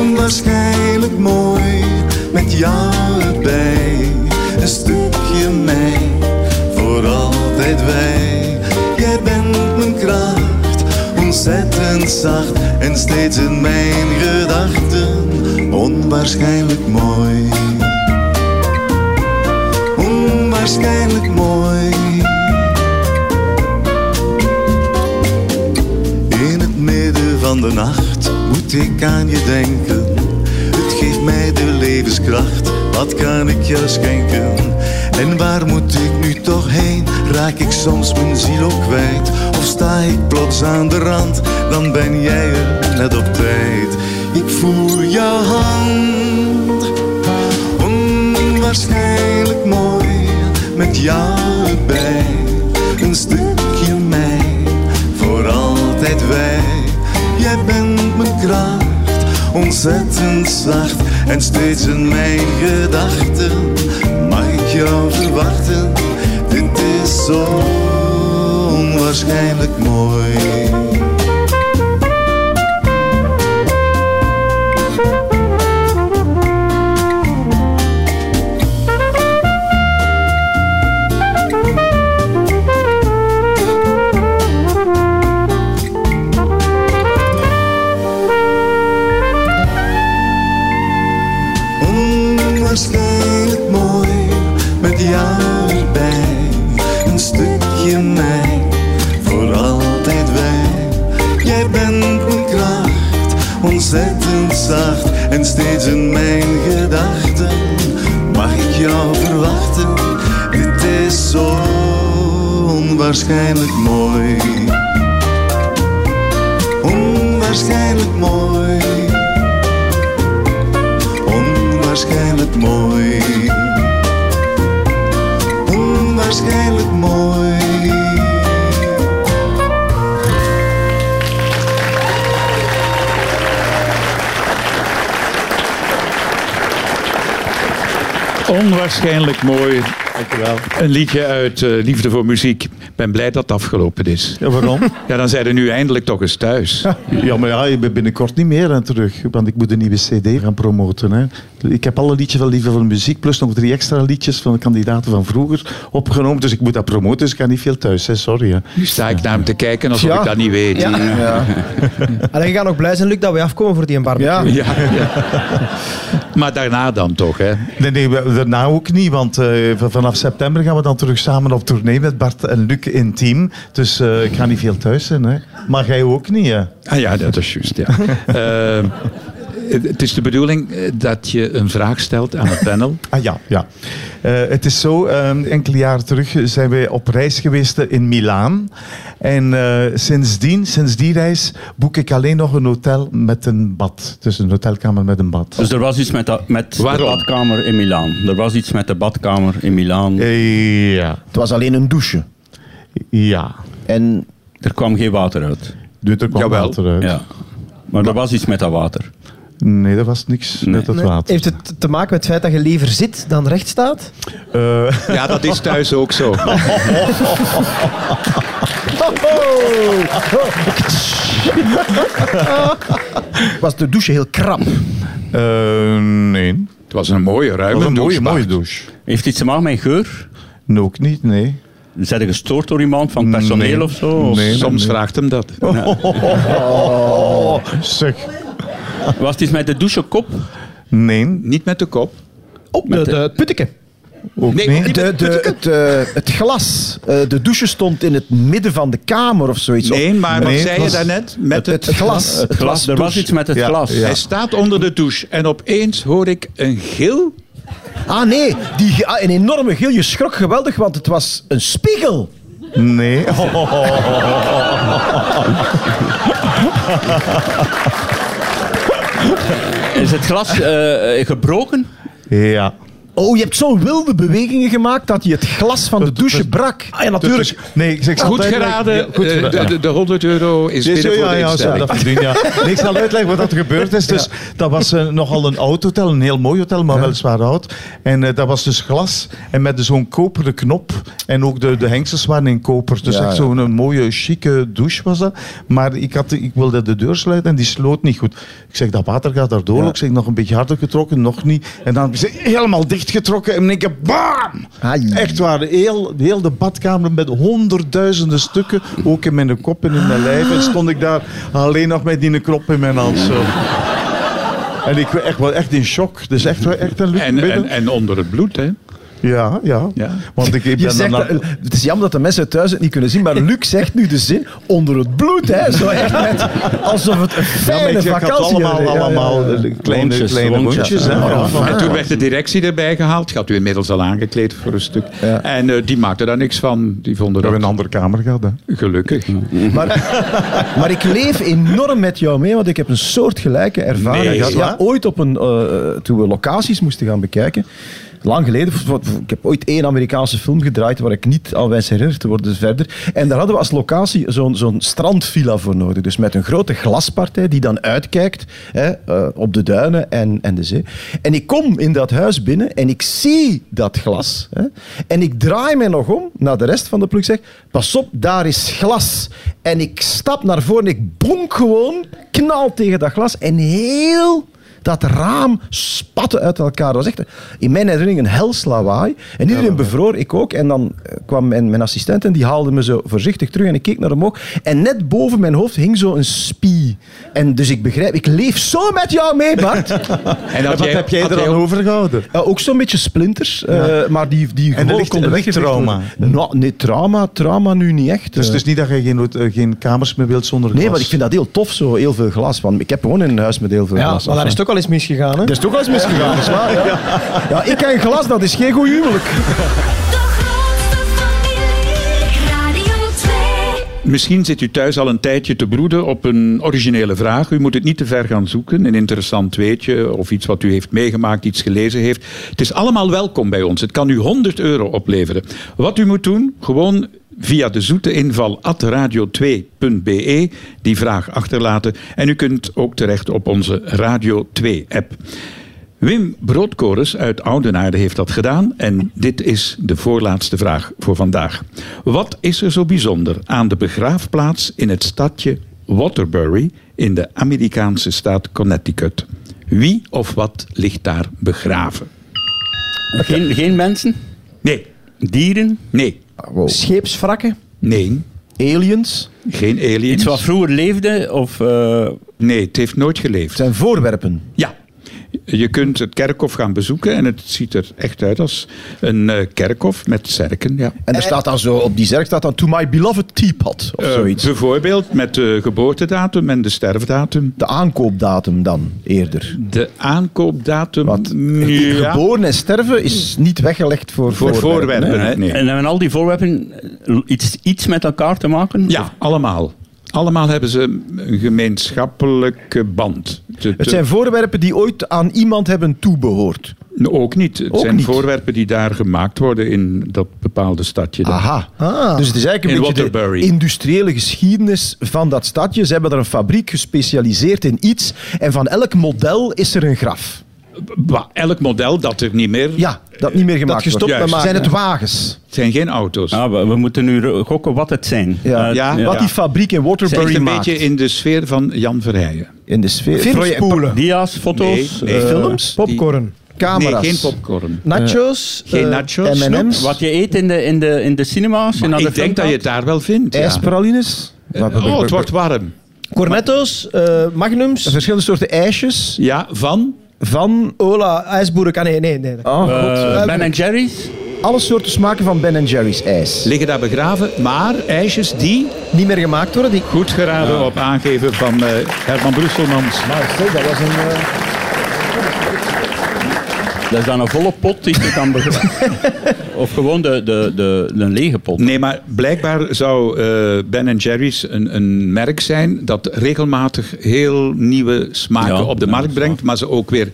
[SPEAKER 8] onwaarschijnlijk mooi met jou erbij. Een stukje mij, voor altijd wij. Jij bent mijn kracht, ontzettend zacht en steeds in mijn gedachten. Onwaarschijnlijk mooi, onwaarschijnlijk mooi. In het midden van de nacht moet ik aan je denken. Het geeft mij de levenskracht, wat kan ik jou schenken? En waar moet ik nu toch heen? Raak ik soms mijn ziel ook kwijt? Of sta ik plots aan de rand? Dan ben jij er net op tijd. Ik voel jouw hand, onwaarschijnlijk mooi met jou erbij. Een stukje mij, voor altijd wij. Jij bent mijn ontzettend zacht en steeds in mijn gedachten. Mag ik jou verwachten? Dit is zo onwaarschijnlijk mooi. onwaarschijnlijk mooi met jou erbij. Een stukje mij, voor altijd wij. Jij bent mijn kracht, ontzettend zacht en steeds in mijn gedachten. Mag ik jou verwachten? Dit is zo onwaarschijnlijk mooi. Onwaarschijnlijk mooi onwaarschijnlijk mooi. Onwaarschijnlijk mooi.
[SPEAKER 3] Onwaarschijnlijk mooi. Een liedje uit eh, Liefde voor Muziek. Ik ben blij dat het afgelopen is.
[SPEAKER 9] Ja, waarom?
[SPEAKER 3] Ja, dan zijn we nu eindelijk toch eens thuis.
[SPEAKER 9] Ja, maar ja, ik ben binnenkort niet meer aan terug, want ik moet een nieuwe cd gaan promoten. Hè. Ik heb alle liedjes van Liefde van Muziek, plus nog drie extra liedjes van de kandidaten van vroeger opgenomen. Dus ik moet dat promoten, dus ik ga niet veel thuis, hè. sorry. Hè.
[SPEAKER 3] Nu sta ik naar hem te kijken alsof
[SPEAKER 4] Ja.
[SPEAKER 3] ik dat niet weet.
[SPEAKER 4] Ja. Allee, je gaat nog blij zijn, Luc, dat we afkomen voor die barbecue.
[SPEAKER 9] Ja.
[SPEAKER 3] Ja, ja. Maar daarna dan toch, hè?
[SPEAKER 9] Nee, nee, we- daarna ook niet, want eh, v- vanaf september gaan we dan terug samen op tournee met Bart en Luc in team. Dus eh, ik ga niet veel thuis zijn, hè. maar jij ook niet. Hè.
[SPEAKER 3] Ah ja, dat is juist, ja. Eh, het is de bedoeling eh, dat je een vraag stelt aan het panel.
[SPEAKER 9] Ah ja, ja. Eh, het is zo, ehm, enkele jaren terug zijn wij op reis geweest eh, in Milaan. En eh, sindsdien, sinds die reis, boek ik alleen nog een hotel met een bad. Dus een hotelkamer met een bad.
[SPEAKER 6] Dus er was iets met, dat, met de
[SPEAKER 3] Waarom?
[SPEAKER 6] badkamer in Milaan. Er was iets met de badkamer in Milaan.
[SPEAKER 9] Eh, ja,
[SPEAKER 5] Het was alleen een douche.
[SPEAKER 9] ja.
[SPEAKER 5] En
[SPEAKER 6] Er kwam geen water uit.
[SPEAKER 9] Dus er kwam
[SPEAKER 3] Jawel.
[SPEAKER 9] water uit.
[SPEAKER 6] Ja. Maar er was iets met dat water.
[SPEAKER 9] Nee, dat was niks met dat
[SPEAKER 4] Nee,
[SPEAKER 9] water.
[SPEAKER 4] Heeft het te maken met het feit dat je liever zit dan recht staat?
[SPEAKER 9] Eh,
[SPEAKER 3] Ja, dat is thuis ook zo.
[SPEAKER 5] was de douche heel krap.
[SPEAKER 9] eh, nee. Het
[SPEAKER 3] Het was een mooie, ruime
[SPEAKER 9] was een mooie,
[SPEAKER 3] douche,
[SPEAKER 9] mooie
[SPEAKER 3] Bart.
[SPEAKER 9] douche.
[SPEAKER 6] Heeft iets te maken met geur?
[SPEAKER 9] Nee, ook niet, nee.
[SPEAKER 6] Zijn er gestoord door iemand van het personeel
[SPEAKER 9] Nee.
[SPEAKER 6] of zo? Of
[SPEAKER 9] Nee.
[SPEAKER 3] Soms vraagt hem dat.
[SPEAKER 9] Zeg,
[SPEAKER 6] Was het iets met de douchekop?
[SPEAKER 9] nee,
[SPEAKER 3] Niet met de kop.
[SPEAKER 4] Op de, de, het putteke.
[SPEAKER 9] ook
[SPEAKER 3] Nee,
[SPEAKER 9] niet.
[SPEAKER 3] niet
[SPEAKER 5] De, de, het, eh, het glas. Eh, de douche stond in het midden van de kamer of zoiets.
[SPEAKER 3] Nee, maar wat
[SPEAKER 9] Nee,
[SPEAKER 3] zei
[SPEAKER 9] het
[SPEAKER 3] je
[SPEAKER 9] was-
[SPEAKER 3] daarnet? Met
[SPEAKER 5] Het
[SPEAKER 3] het,
[SPEAKER 5] glas. Het
[SPEAKER 6] Glas, er was
[SPEAKER 5] douche.
[SPEAKER 6] iets met het
[SPEAKER 9] Ja,
[SPEAKER 6] glas.
[SPEAKER 9] ja.
[SPEAKER 3] Hij staat onder de douche en opeens hoor ik een gil.
[SPEAKER 5] Ah nee, die, ge- ah, een enorme gil. Je schrok geweldig, want het was een spiegel.
[SPEAKER 9] Nee.
[SPEAKER 3] Oh.
[SPEAKER 6] Is het glas eh, eh, gebroken?
[SPEAKER 9] Ja.
[SPEAKER 5] Oh, je hebt zo'n wilde bewegingen gemaakt dat je het glas van de douche brak. Ah ja,
[SPEAKER 9] Dus- Nee, ik zeg
[SPEAKER 3] Goed
[SPEAKER 9] altijd-
[SPEAKER 3] geraden,
[SPEAKER 9] Ja, goed
[SPEAKER 3] eh,
[SPEAKER 9] geraden.
[SPEAKER 3] de, de, de 100 euro is
[SPEAKER 9] Ja,
[SPEAKER 3] binnen
[SPEAKER 9] zo,
[SPEAKER 3] voor
[SPEAKER 9] ja,
[SPEAKER 3] de
[SPEAKER 9] ja, zo,
[SPEAKER 3] instelling.
[SPEAKER 9] dat verdien, ja. Nee, ik zal uitleggen wat dat gebeurd is. Dus, Dat was eh, nogal een oud hotel, een heel mooi hotel, maar weliswaar oud. En eh, dat was dus glas en met zo'n koperen knop. En ook de, de hengsels waren in koper. Dus
[SPEAKER 5] Ja,
[SPEAKER 9] echt
[SPEAKER 5] ja.
[SPEAKER 9] zo'n een mooie, chique douche was dat. Maar ik, had, ik wilde de deur sluiten en die sloot niet goed. Ik zeg, dat water gaat daardoor. Ik zeg, nog een beetje harder getrokken, nog niet. En dan heb ik ze helemaal dichtgetrokken en in één keer bam!
[SPEAKER 5] Ai.
[SPEAKER 9] Echt waar, heel, heel de badkamer met honderdduizenden stukken. Ook in mijn kop en in mijn lijf. En stond ik daar alleen nog met die knop in mijn hand. Zo. En ik was echt, wel echt in shock. Dus echt, wel echt een lucht
[SPEAKER 3] En,
[SPEAKER 9] binnen.
[SPEAKER 3] en, en onder het bloed, hè?
[SPEAKER 9] ja, ja,
[SPEAKER 3] Ja.
[SPEAKER 9] Want ik, ik
[SPEAKER 5] Je
[SPEAKER 9] ben
[SPEAKER 5] zegt
[SPEAKER 9] dan...
[SPEAKER 5] dat- het is jammer dat de mensen thuis het niet kunnen zien, maar Luc zegt nu de zin onder het bloed. Hè? Zo echt net, alsof het een
[SPEAKER 9] Ja, maar
[SPEAKER 5] fijne
[SPEAKER 9] ik zeg, ik had
[SPEAKER 5] vakantie
[SPEAKER 9] allemaal,
[SPEAKER 5] was. Ja, ja, ja.
[SPEAKER 9] allemaal eh, kleine,
[SPEAKER 6] Wondjes,
[SPEAKER 9] kleine
[SPEAKER 6] wondjes.
[SPEAKER 9] wondjes, hè.
[SPEAKER 5] Ja,
[SPEAKER 9] Ja,
[SPEAKER 5] ja.
[SPEAKER 9] van-
[SPEAKER 3] Oh, en toen werd de directie erbij gehaald. Ik had u inmiddels al aangekleed voor een stuk. En eh, die maakte daar niks van. Die vonden
[SPEAKER 9] We hebben
[SPEAKER 3] dat
[SPEAKER 9] een andere kamer gehad, hè.
[SPEAKER 3] gelukkig.
[SPEAKER 5] Maar ik leef enorm met jou mee, want ik heb een soortgelijke ervaring
[SPEAKER 3] Nee, is
[SPEAKER 5] gehad.
[SPEAKER 3] het
[SPEAKER 5] Ja, ooit op een, eh, toen we locaties moesten gaan bekijken, Lang geleden, v- v- ik heb ooit één Amerikaanse film gedraaid waar ik niet aan wijs herinnerd word, dus verder. En daar hadden we als locatie zo'n zo'n strandvilla voor nodig. Dus met een grote glaspartij die dan uitkijkt hè, eh, op de duinen en, en de zee. En ik kom in dat huis binnen en ik zie dat glas. Hè, en ik draai mij nog om naar de rest van de ploeg. Ik zeg, pas op, daar is glas. En ik stap naar voren en ik bonk gewoon, knal tegen dat glas. En heel dat raam spatte uit elkaar. Dat was echt een- in mijn herinnering een hels lawaai. En iedereen bevroor, ik ook. En dan eh, kwam mijn, mijn assistent en die haalde me zo voorzichtig terug. En ik keek naar omhoog. En net boven mijn hoofd hing zo een spie. En dus ik begrijp, ik leef zo met jou mee, Bart.
[SPEAKER 3] En
[SPEAKER 9] En
[SPEAKER 3] had
[SPEAKER 9] wat heb jij er
[SPEAKER 3] had
[SPEAKER 9] dan
[SPEAKER 3] ook-
[SPEAKER 9] overgehouden?
[SPEAKER 5] Ja, ook zo'n beetje splinters, eh, maar die, die
[SPEAKER 9] er ligt-
[SPEAKER 5] konden
[SPEAKER 9] er ligt
[SPEAKER 5] weggezet
[SPEAKER 9] trauma.
[SPEAKER 5] worden. Nou, nee, trauma, trauma nu niet echt.
[SPEAKER 9] Dus
[SPEAKER 5] eh.
[SPEAKER 9] het is niet dat je geen, eh, geen kamers meer wilt zonder
[SPEAKER 5] nee,
[SPEAKER 9] glas.
[SPEAKER 5] maar ik vind dat heel tof, zo heel veel glas. Want ik heb gewoon in een huis met heel veel
[SPEAKER 4] Ja,
[SPEAKER 5] glas.
[SPEAKER 4] maar daar is het ook al eens misgegaan. Hè?
[SPEAKER 5] Er is toch wel eens misgegaan, dat is waar. Ja. Ja, ik en glas, dat is geen goed huwelijk.
[SPEAKER 1] De grootste familie, Radio 2.
[SPEAKER 3] Misschien zit u thuis al een tijdje te broeden op een originele vraag. U moet het niet te ver gaan zoeken. Een interessant weetje of iets wat u heeft meegemaakt, iets gelezen heeft. Het is allemaal welkom bij ons. Het kan u 100 euro opleveren. Wat u moet doen, gewoon via de zoete inval at radio2.be die vraag achterlaten. En u kunt ook terecht op onze Radio 2-app. Wim Broodkorens uit Oudenaarde heeft dat gedaan. En dit is de voorlaatste vraag voor vandaag. Wat is er zo bijzonder aan de begraafplaats in het stadje Waterbury in de Amerikaanse staat Connecticut? Wie of wat ligt daar begraven?
[SPEAKER 6] Geen, geen mensen,
[SPEAKER 3] Nee,
[SPEAKER 6] dieren.
[SPEAKER 3] nee,
[SPEAKER 4] Scheepswrakken.
[SPEAKER 3] nee.
[SPEAKER 5] Aliens
[SPEAKER 3] Geen
[SPEAKER 6] Iets
[SPEAKER 3] aliens.
[SPEAKER 6] wat vroeger leefde of... eh,
[SPEAKER 3] Nee, het heeft nooit geleefd.
[SPEAKER 5] zijn voorwerpen.
[SPEAKER 3] Ja. Je kunt het kerkhof gaan bezoeken en het ziet er echt uit als een eh, kerkhof met zerken. Ja.
[SPEAKER 5] En
[SPEAKER 9] Eh.
[SPEAKER 5] er staat dan zo, op die zerk staat dan To My Beloved Teapot of
[SPEAKER 3] Eh,
[SPEAKER 5] zoiets.
[SPEAKER 3] Bijvoorbeeld met de geboortedatum en de sterfdatum.
[SPEAKER 5] De aankoopdatum dan eerder.
[SPEAKER 3] De aankoopdatum.
[SPEAKER 5] Wat?
[SPEAKER 3] Ja,
[SPEAKER 5] Geboren en sterven is niet weggelegd voor,
[SPEAKER 3] voor voorwerpen. hè? Nee.
[SPEAKER 6] En hebben al die voorwerpen eh, iets, iets met elkaar te maken?
[SPEAKER 3] Ja, allemaal. Allemaal hebben ze een gemeenschappelijke band. Te-
[SPEAKER 5] Het
[SPEAKER 3] te-
[SPEAKER 5] zijn voorwerpen die ooit aan iemand hebben toebehoord.
[SPEAKER 3] eh, Ook niet. Het
[SPEAKER 5] Ook
[SPEAKER 3] zijn
[SPEAKER 5] niet.
[SPEAKER 3] voorwerpen die daar gemaakt worden in dat bepaalde stadje. daar.
[SPEAKER 5] Aha. Dus het is eigenlijk een
[SPEAKER 3] In
[SPEAKER 5] beetje
[SPEAKER 3] Waterbury.
[SPEAKER 5] de industriële geschiedenis van dat stadje. Ze hebben daar een fabriek gespecialiseerd in iets. En van elk model is er een graf.
[SPEAKER 3] Maar elk model dat er niet meer.
[SPEAKER 5] Ja, dat niet meer Nou, gemaakt
[SPEAKER 4] gestopt
[SPEAKER 5] wordt.
[SPEAKER 3] met
[SPEAKER 5] Zijn
[SPEAKER 4] maken.
[SPEAKER 5] het wagens?
[SPEAKER 3] Het zijn geen auto's.
[SPEAKER 6] Ah, we, we moeten nu ro- gokken wat het zijn.
[SPEAKER 5] Ja.
[SPEAKER 6] Eh,
[SPEAKER 3] Ja,
[SPEAKER 5] Ah. Wat die fabriek in
[SPEAKER 3] Het is
[SPEAKER 5] Waterbury
[SPEAKER 3] echt een
[SPEAKER 5] maakt.
[SPEAKER 3] beetje in de sfeer van Jan Verheijen.
[SPEAKER 5] in de sfeer.
[SPEAKER 4] Filmspoelen.
[SPEAKER 6] Dia's, foto's,
[SPEAKER 3] Nee, nee.
[SPEAKER 6] eh,
[SPEAKER 5] films,
[SPEAKER 4] Popcorn.
[SPEAKER 5] camera's.
[SPEAKER 3] Nee, geen popcorn.
[SPEAKER 4] Nachos.
[SPEAKER 3] Geen
[SPEAKER 4] eh,
[SPEAKER 3] nachos.
[SPEAKER 5] M&M's.
[SPEAKER 6] wat je eet in de, in de, in de cinema's. en aan de
[SPEAKER 3] Ik denk dat je het daar wel vindt. ja.
[SPEAKER 5] ijspralines.
[SPEAKER 3] Oh, het wordt warm.
[SPEAKER 4] Cornetto's. eh, magnums.
[SPEAKER 5] Verschillende soorten ijsjes
[SPEAKER 3] Ja, van?
[SPEAKER 5] van...
[SPEAKER 4] Ola. IJsboeren. Ah, nee, nee. nee.
[SPEAKER 5] Oh,
[SPEAKER 6] eh,
[SPEAKER 5] God.
[SPEAKER 6] ben Jerry's.
[SPEAKER 5] Alle soorten smaken van Ben Jerry's ijs.
[SPEAKER 3] liggen daar begraven. Maar ijsjes die,
[SPEAKER 4] Niet meer gemaakt worden. Die
[SPEAKER 3] goed geraden op aangeven van eh, Herman Brusselmans.
[SPEAKER 5] dat was een...
[SPEAKER 4] eh,
[SPEAKER 6] Dat is dan een volle pot die je kan begraven. of gewoon de, de, de, de lege pot.
[SPEAKER 3] Nee, maar blijkbaar zou eh, Ben Jerry's een, een merk zijn dat regelmatig heel nieuwe smaken
[SPEAKER 6] Ja,
[SPEAKER 3] op de
[SPEAKER 6] ja,
[SPEAKER 3] markt
[SPEAKER 6] dat is
[SPEAKER 3] brengt, maar ze ook weer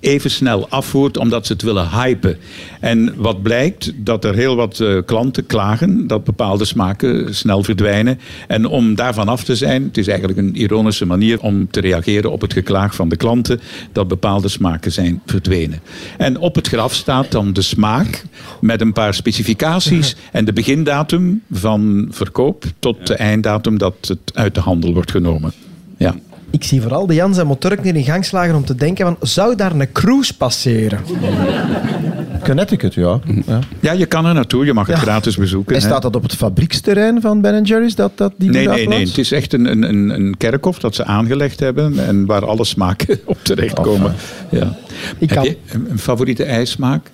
[SPEAKER 3] even snel afvoert omdat ze het willen hypen. En wat blijkt, dat er heel wat eh, klanten klagen dat bepaalde smaken snel verdwijnen. En om daarvan af te zijn, het is eigenlijk een ironische manier om te reageren op het geklaag van de klanten dat bepaalde smaken zijn verdwenen. En op het graf staat dan de smaak met een paar specificaties en de begindatum van verkoop tot de einddatum dat het uit de handel wordt genomen. Ja.
[SPEAKER 4] Ik zie vooral de Jans en Moturk die in gang slagen om te denken van, zou daar een cruise passeren?
[SPEAKER 5] Connecticut, ja.
[SPEAKER 3] Ja, je kan er naartoe, je mag het gratis bezoeken.
[SPEAKER 5] En
[SPEAKER 3] hè.
[SPEAKER 5] staat dat op het fabrieksterrein van Ben Jerry's? Dat, dat, die
[SPEAKER 3] Nee, nee,
[SPEAKER 5] begraafplaats?
[SPEAKER 3] nee. Het is echt een, een- een, een kerkhof dat ze aangelegd hebben en waar alle smaken op terechtkomen. Ja.
[SPEAKER 4] Ik
[SPEAKER 3] Heb
[SPEAKER 4] kan.
[SPEAKER 3] je een, een favoriete ijsmaak?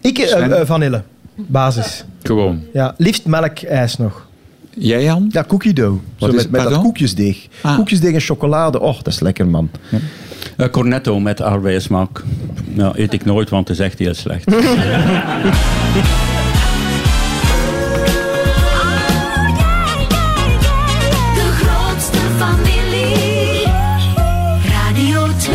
[SPEAKER 4] Ik, eh,
[SPEAKER 3] Sven?
[SPEAKER 4] eh, vanille. Basis.
[SPEAKER 3] Gewoon.
[SPEAKER 4] Ja, liefst melkijs nog.
[SPEAKER 3] Jij, Jan?
[SPEAKER 5] Ja, cookie dough.
[SPEAKER 3] Wat is
[SPEAKER 5] Zo met,
[SPEAKER 3] het,
[SPEAKER 5] met dat
[SPEAKER 3] pardon?
[SPEAKER 5] koekjesdeeg.
[SPEAKER 3] Ah.
[SPEAKER 5] Koekjesdeeg en chocolade. Och, dat is lekker, man.
[SPEAKER 6] Eh, cornetto met arbeidsmaak. Nou, eet ik nooit, want het is echt heel slecht.
[SPEAKER 1] De grootste familie, Radio 2.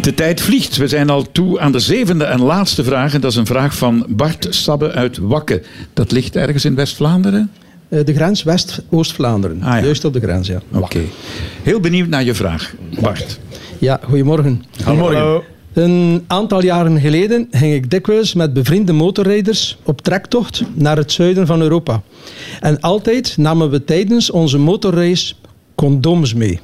[SPEAKER 3] De tijd vliegt. We zijn al toe aan de zevende en laatste vraag. En dat is een vraag van Bart Sabbe uit Wakke. Dat ligt ergens in West-Vlaanderen?
[SPEAKER 10] Eh, de grens West-Oost-Vlaanderen.
[SPEAKER 3] Ah, ja.
[SPEAKER 10] Juist op de grens, ja.
[SPEAKER 3] Oké. Heel benieuwd naar je vraag, Bart.
[SPEAKER 10] Ja, goedemorgen.
[SPEAKER 3] Hallo.
[SPEAKER 10] Een aantal jaren geleden ging ik dikwijls met bevriende motorrijders op trektocht naar het zuiden van Europa. En altijd namen we tijdens onze motorrace condooms mee.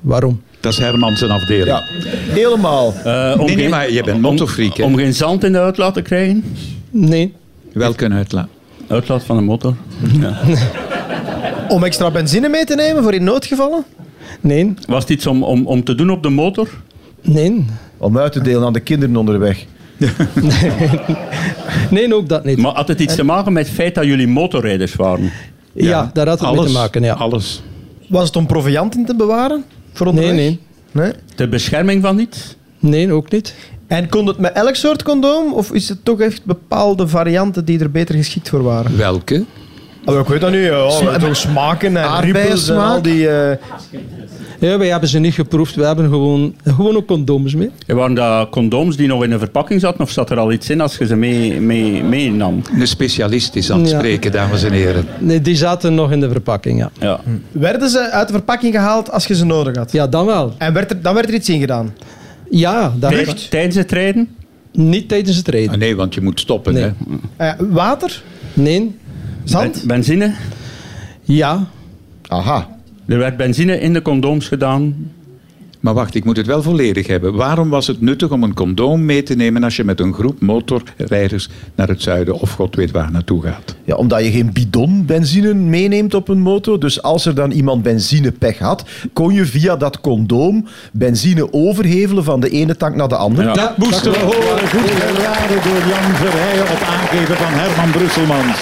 [SPEAKER 10] Waarom?
[SPEAKER 3] Dat is Herman zijn afdeling.
[SPEAKER 5] Helemaal.
[SPEAKER 6] Eh, om
[SPEAKER 3] Nee, nee,
[SPEAKER 6] geen-
[SPEAKER 3] maar je bent
[SPEAKER 6] om-
[SPEAKER 3] motorfreak, hè?
[SPEAKER 6] Om geen zand in de uitlaat te krijgen.
[SPEAKER 10] Nee.
[SPEAKER 3] Wel kunnen uitlaten.
[SPEAKER 6] Uitlaat van de motor.
[SPEAKER 4] Om extra benzine mee te nemen voor in noodgevallen?
[SPEAKER 10] Nee.
[SPEAKER 6] Was het iets om, om, om te doen op de motor?
[SPEAKER 10] Nee.
[SPEAKER 5] Om uit te delen aan de kinderen onderweg.
[SPEAKER 10] Nee, ook dat niet.
[SPEAKER 6] Maar had het iets te maken met het feit dat jullie motorrijders waren?
[SPEAKER 10] ja, daar had het mee te maken, ja.
[SPEAKER 3] Alles.
[SPEAKER 4] Was het om proviant in te bewaren? Voor
[SPEAKER 10] Nee,
[SPEAKER 4] onderweg?
[SPEAKER 10] nee.
[SPEAKER 4] nee.
[SPEAKER 6] Ter bescherming van iets?
[SPEAKER 10] Nee, ook niet.
[SPEAKER 4] En kon het met elk soort condoom? Of is het toch echt bepaalde varianten die er beter geschikt voor waren?
[SPEAKER 3] Welke?
[SPEAKER 10] Oh,
[SPEAKER 4] ik weet dat nu. Ja. Door smaken en rippels en al die...
[SPEAKER 10] eh, Ja, wij hebben ze niet geproefd. We hebben gewoon, gewoon ook condooms mee.
[SPEAKER 6] En waren dat condooms die nog in een verpakking zaten? Of zat er al iets in als je ze mee, mee, meenam?
[SPEAKER 3] De specialist is aan het
[SPEAKER 10] Ja.
[SPEAKER 3] spreken, dames en heren.
[SPEAKER 10] Nee, die zaten nog in de verpakking, ja.
[SPEAKER 6] Ja.
[SPEAKER 4] Werden ze uit de verpakking gehaald als je ze nodig had?
[SPEAKER 10] Ja, dan wel.
[SPEAKER 4] En werd er, dan werd er iets ingedaan?
[SPEAKER 10] Ja, daar
[SPEAKER 4] Hm.
[SPEAKER 6] Tijdens- Tijdens het rijden?
[SPEAKER 10] Niet tijdens het
[SPEAKER 3] Ah,
[SPEAKER 10] rijden.
[SPEAKER 3] nee, want je moet stoppen.
[SPEAKER 10] Nee.
[SPEAKER 3] Hè?
[SPEAKER 4] Eh, water?
[SPEAKER 10] Nee.
[SPEAKER 4] Zand?
[SPEAKER 6] Ben- Benzine?
[SPEAKER 10] Ja.
[SPEAKER 5] Aha.
[SPEAKER 6] Er werd benzine in de condooms gedaan.
[SPEAKER 3] Maar wacht, ik moet het wel volledig hebben. Waarom was het nuttig om een condoom mee te nemen als je met een groep motorrijders naar het zuiden of god weet waar naartoe gaat?
[SPEAKER 5] Ja, omdat je geen bidon benzine meeneemt op een motor. Dus als er dan iemand benzinepech had, kon je via dat condoom benzine overhevelen van de ene tank naar de andere.
[SPEAKER 6] Ja.
[SPEAKER 3] Dat moesten we horen. Goed geraden door Jan Verheijen op aangeven van Herman Brusselmans.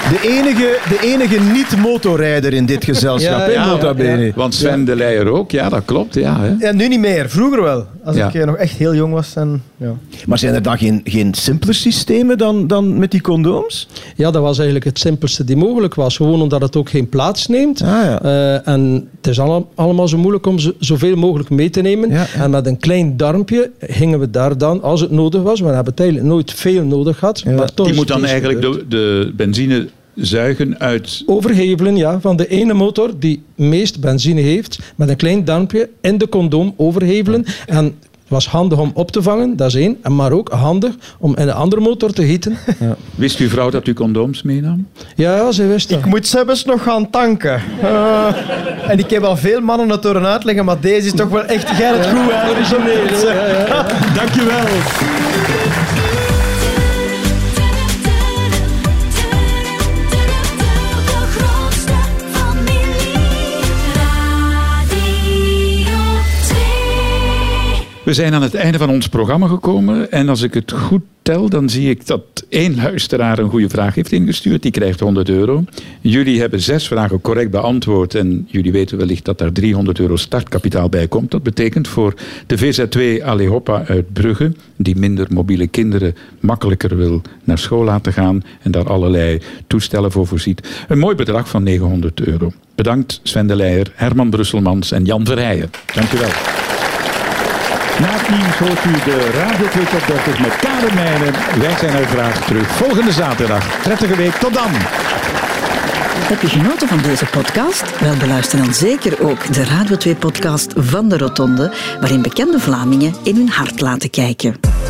[SPEAKER 5] De enige, de enige niet-motorrijder in dit gezelschap,
[SPEAKER 10] Ja,
[SPEAKER 5] hè,
[SPEAKER 10] ja,
[SPEAKER 5] nota bene.
[SPEAKER 3] Want Sven de Leijer ook, ja, dat klopt. Ja, hè.
[SPEAKER 4] Ja, nu niet meer. Vroeger wel. Als
[SPEAKER 3] Ja.
[SPEAKER 4] ik eh, nog echt heel jong was. En, ja.
[SPEAKER 5] Maar zijn er dan geen, geen simpeler systemen dan, dan met die condooms?
[SPEAKER 10] ja, dat was eigenlijk het simpelste die mogelijk was. Gewoon omdat het ook geen plaats neemt.
[SPEAKER 5] Ah, ja.
[SPEAKER 10] Eh, en het is alle- allemaal zo moeilijk om zo- zoveel mogelijk mee te nemen.
[SPEAKER 5] Ja, ja.
[SPEAKER 10] En met een klein darmpje gingen we daar dan, als het nodig was, maar we hebben het eigenlijk nooit veel nodig gehad. Maar toch
[SPEAKER 3] Die
[SPEAKER 10] is het
[SPEAKER 3] moet dan
[SPEAKER 10] eens
[SPEAKER 3] eigenlijk
[SPEAKER 10] gebeurd.
[SPEAKER 3] de, de benzine zuigen uit.
[SPEAKER 10] Overhevelen, ja, van de ene motor die meest benzine heeft, met een klein darmpje in de condoom overhevelen. En het was handig om op te vangen, dat is één. En Maar ook handig om in een andere motor te gieten.
[SPEAKER 3] Wist uw vrouw dat u condooms meenam?
[SPEAKER 10] Ja, ja, ze wist dat.
[SPEAKER 4] Ik moet zelfs nog gaan tanken. Eh, en ik heb al veel mannen het horen uitleggen, maar deze is toch wel echt... Jij het goed uitgezoneerd. Dankjewel.
[SPEAKER 1] De grootste familie. Radio 2.
[SPEAKER 3] We zijn aan het einde van ons programma gekomen. En als ik het goed tel, dan zie ik dat één luisteraar een goede vraag heeft ingestuurd. Die krijgt 100 euro. Jullie hebben zes vragen correct beantwoord. En jullie weten wellicht dat daar 300 euro startkapitaal bij komt. Dat betekent voor de VZ2 Alehoppa uit Brugge, die minder mobiele kinderen makkelijker wil naar school laten gaan. En daar allerlei toestellen voor voorziet. Een mooi bedrag van 900 euro. Bedankt Sven de Leijer, Herman Brusselmans en Jan Verheijen. Dank u wel. Na het nieuws hoort u de Radio 2 Topdokters met Karen Meijnen. Wij zijn uiteraard terug volgende zaterdag. Prettige week, tot dan!
[SPEAKER 11] Heb je genoten van deze podcast? Wel, beluister dan zeker ook de Radio 2-podcast van de Rotonde, waarin bekende Vlamingen in hun hart laten kijken.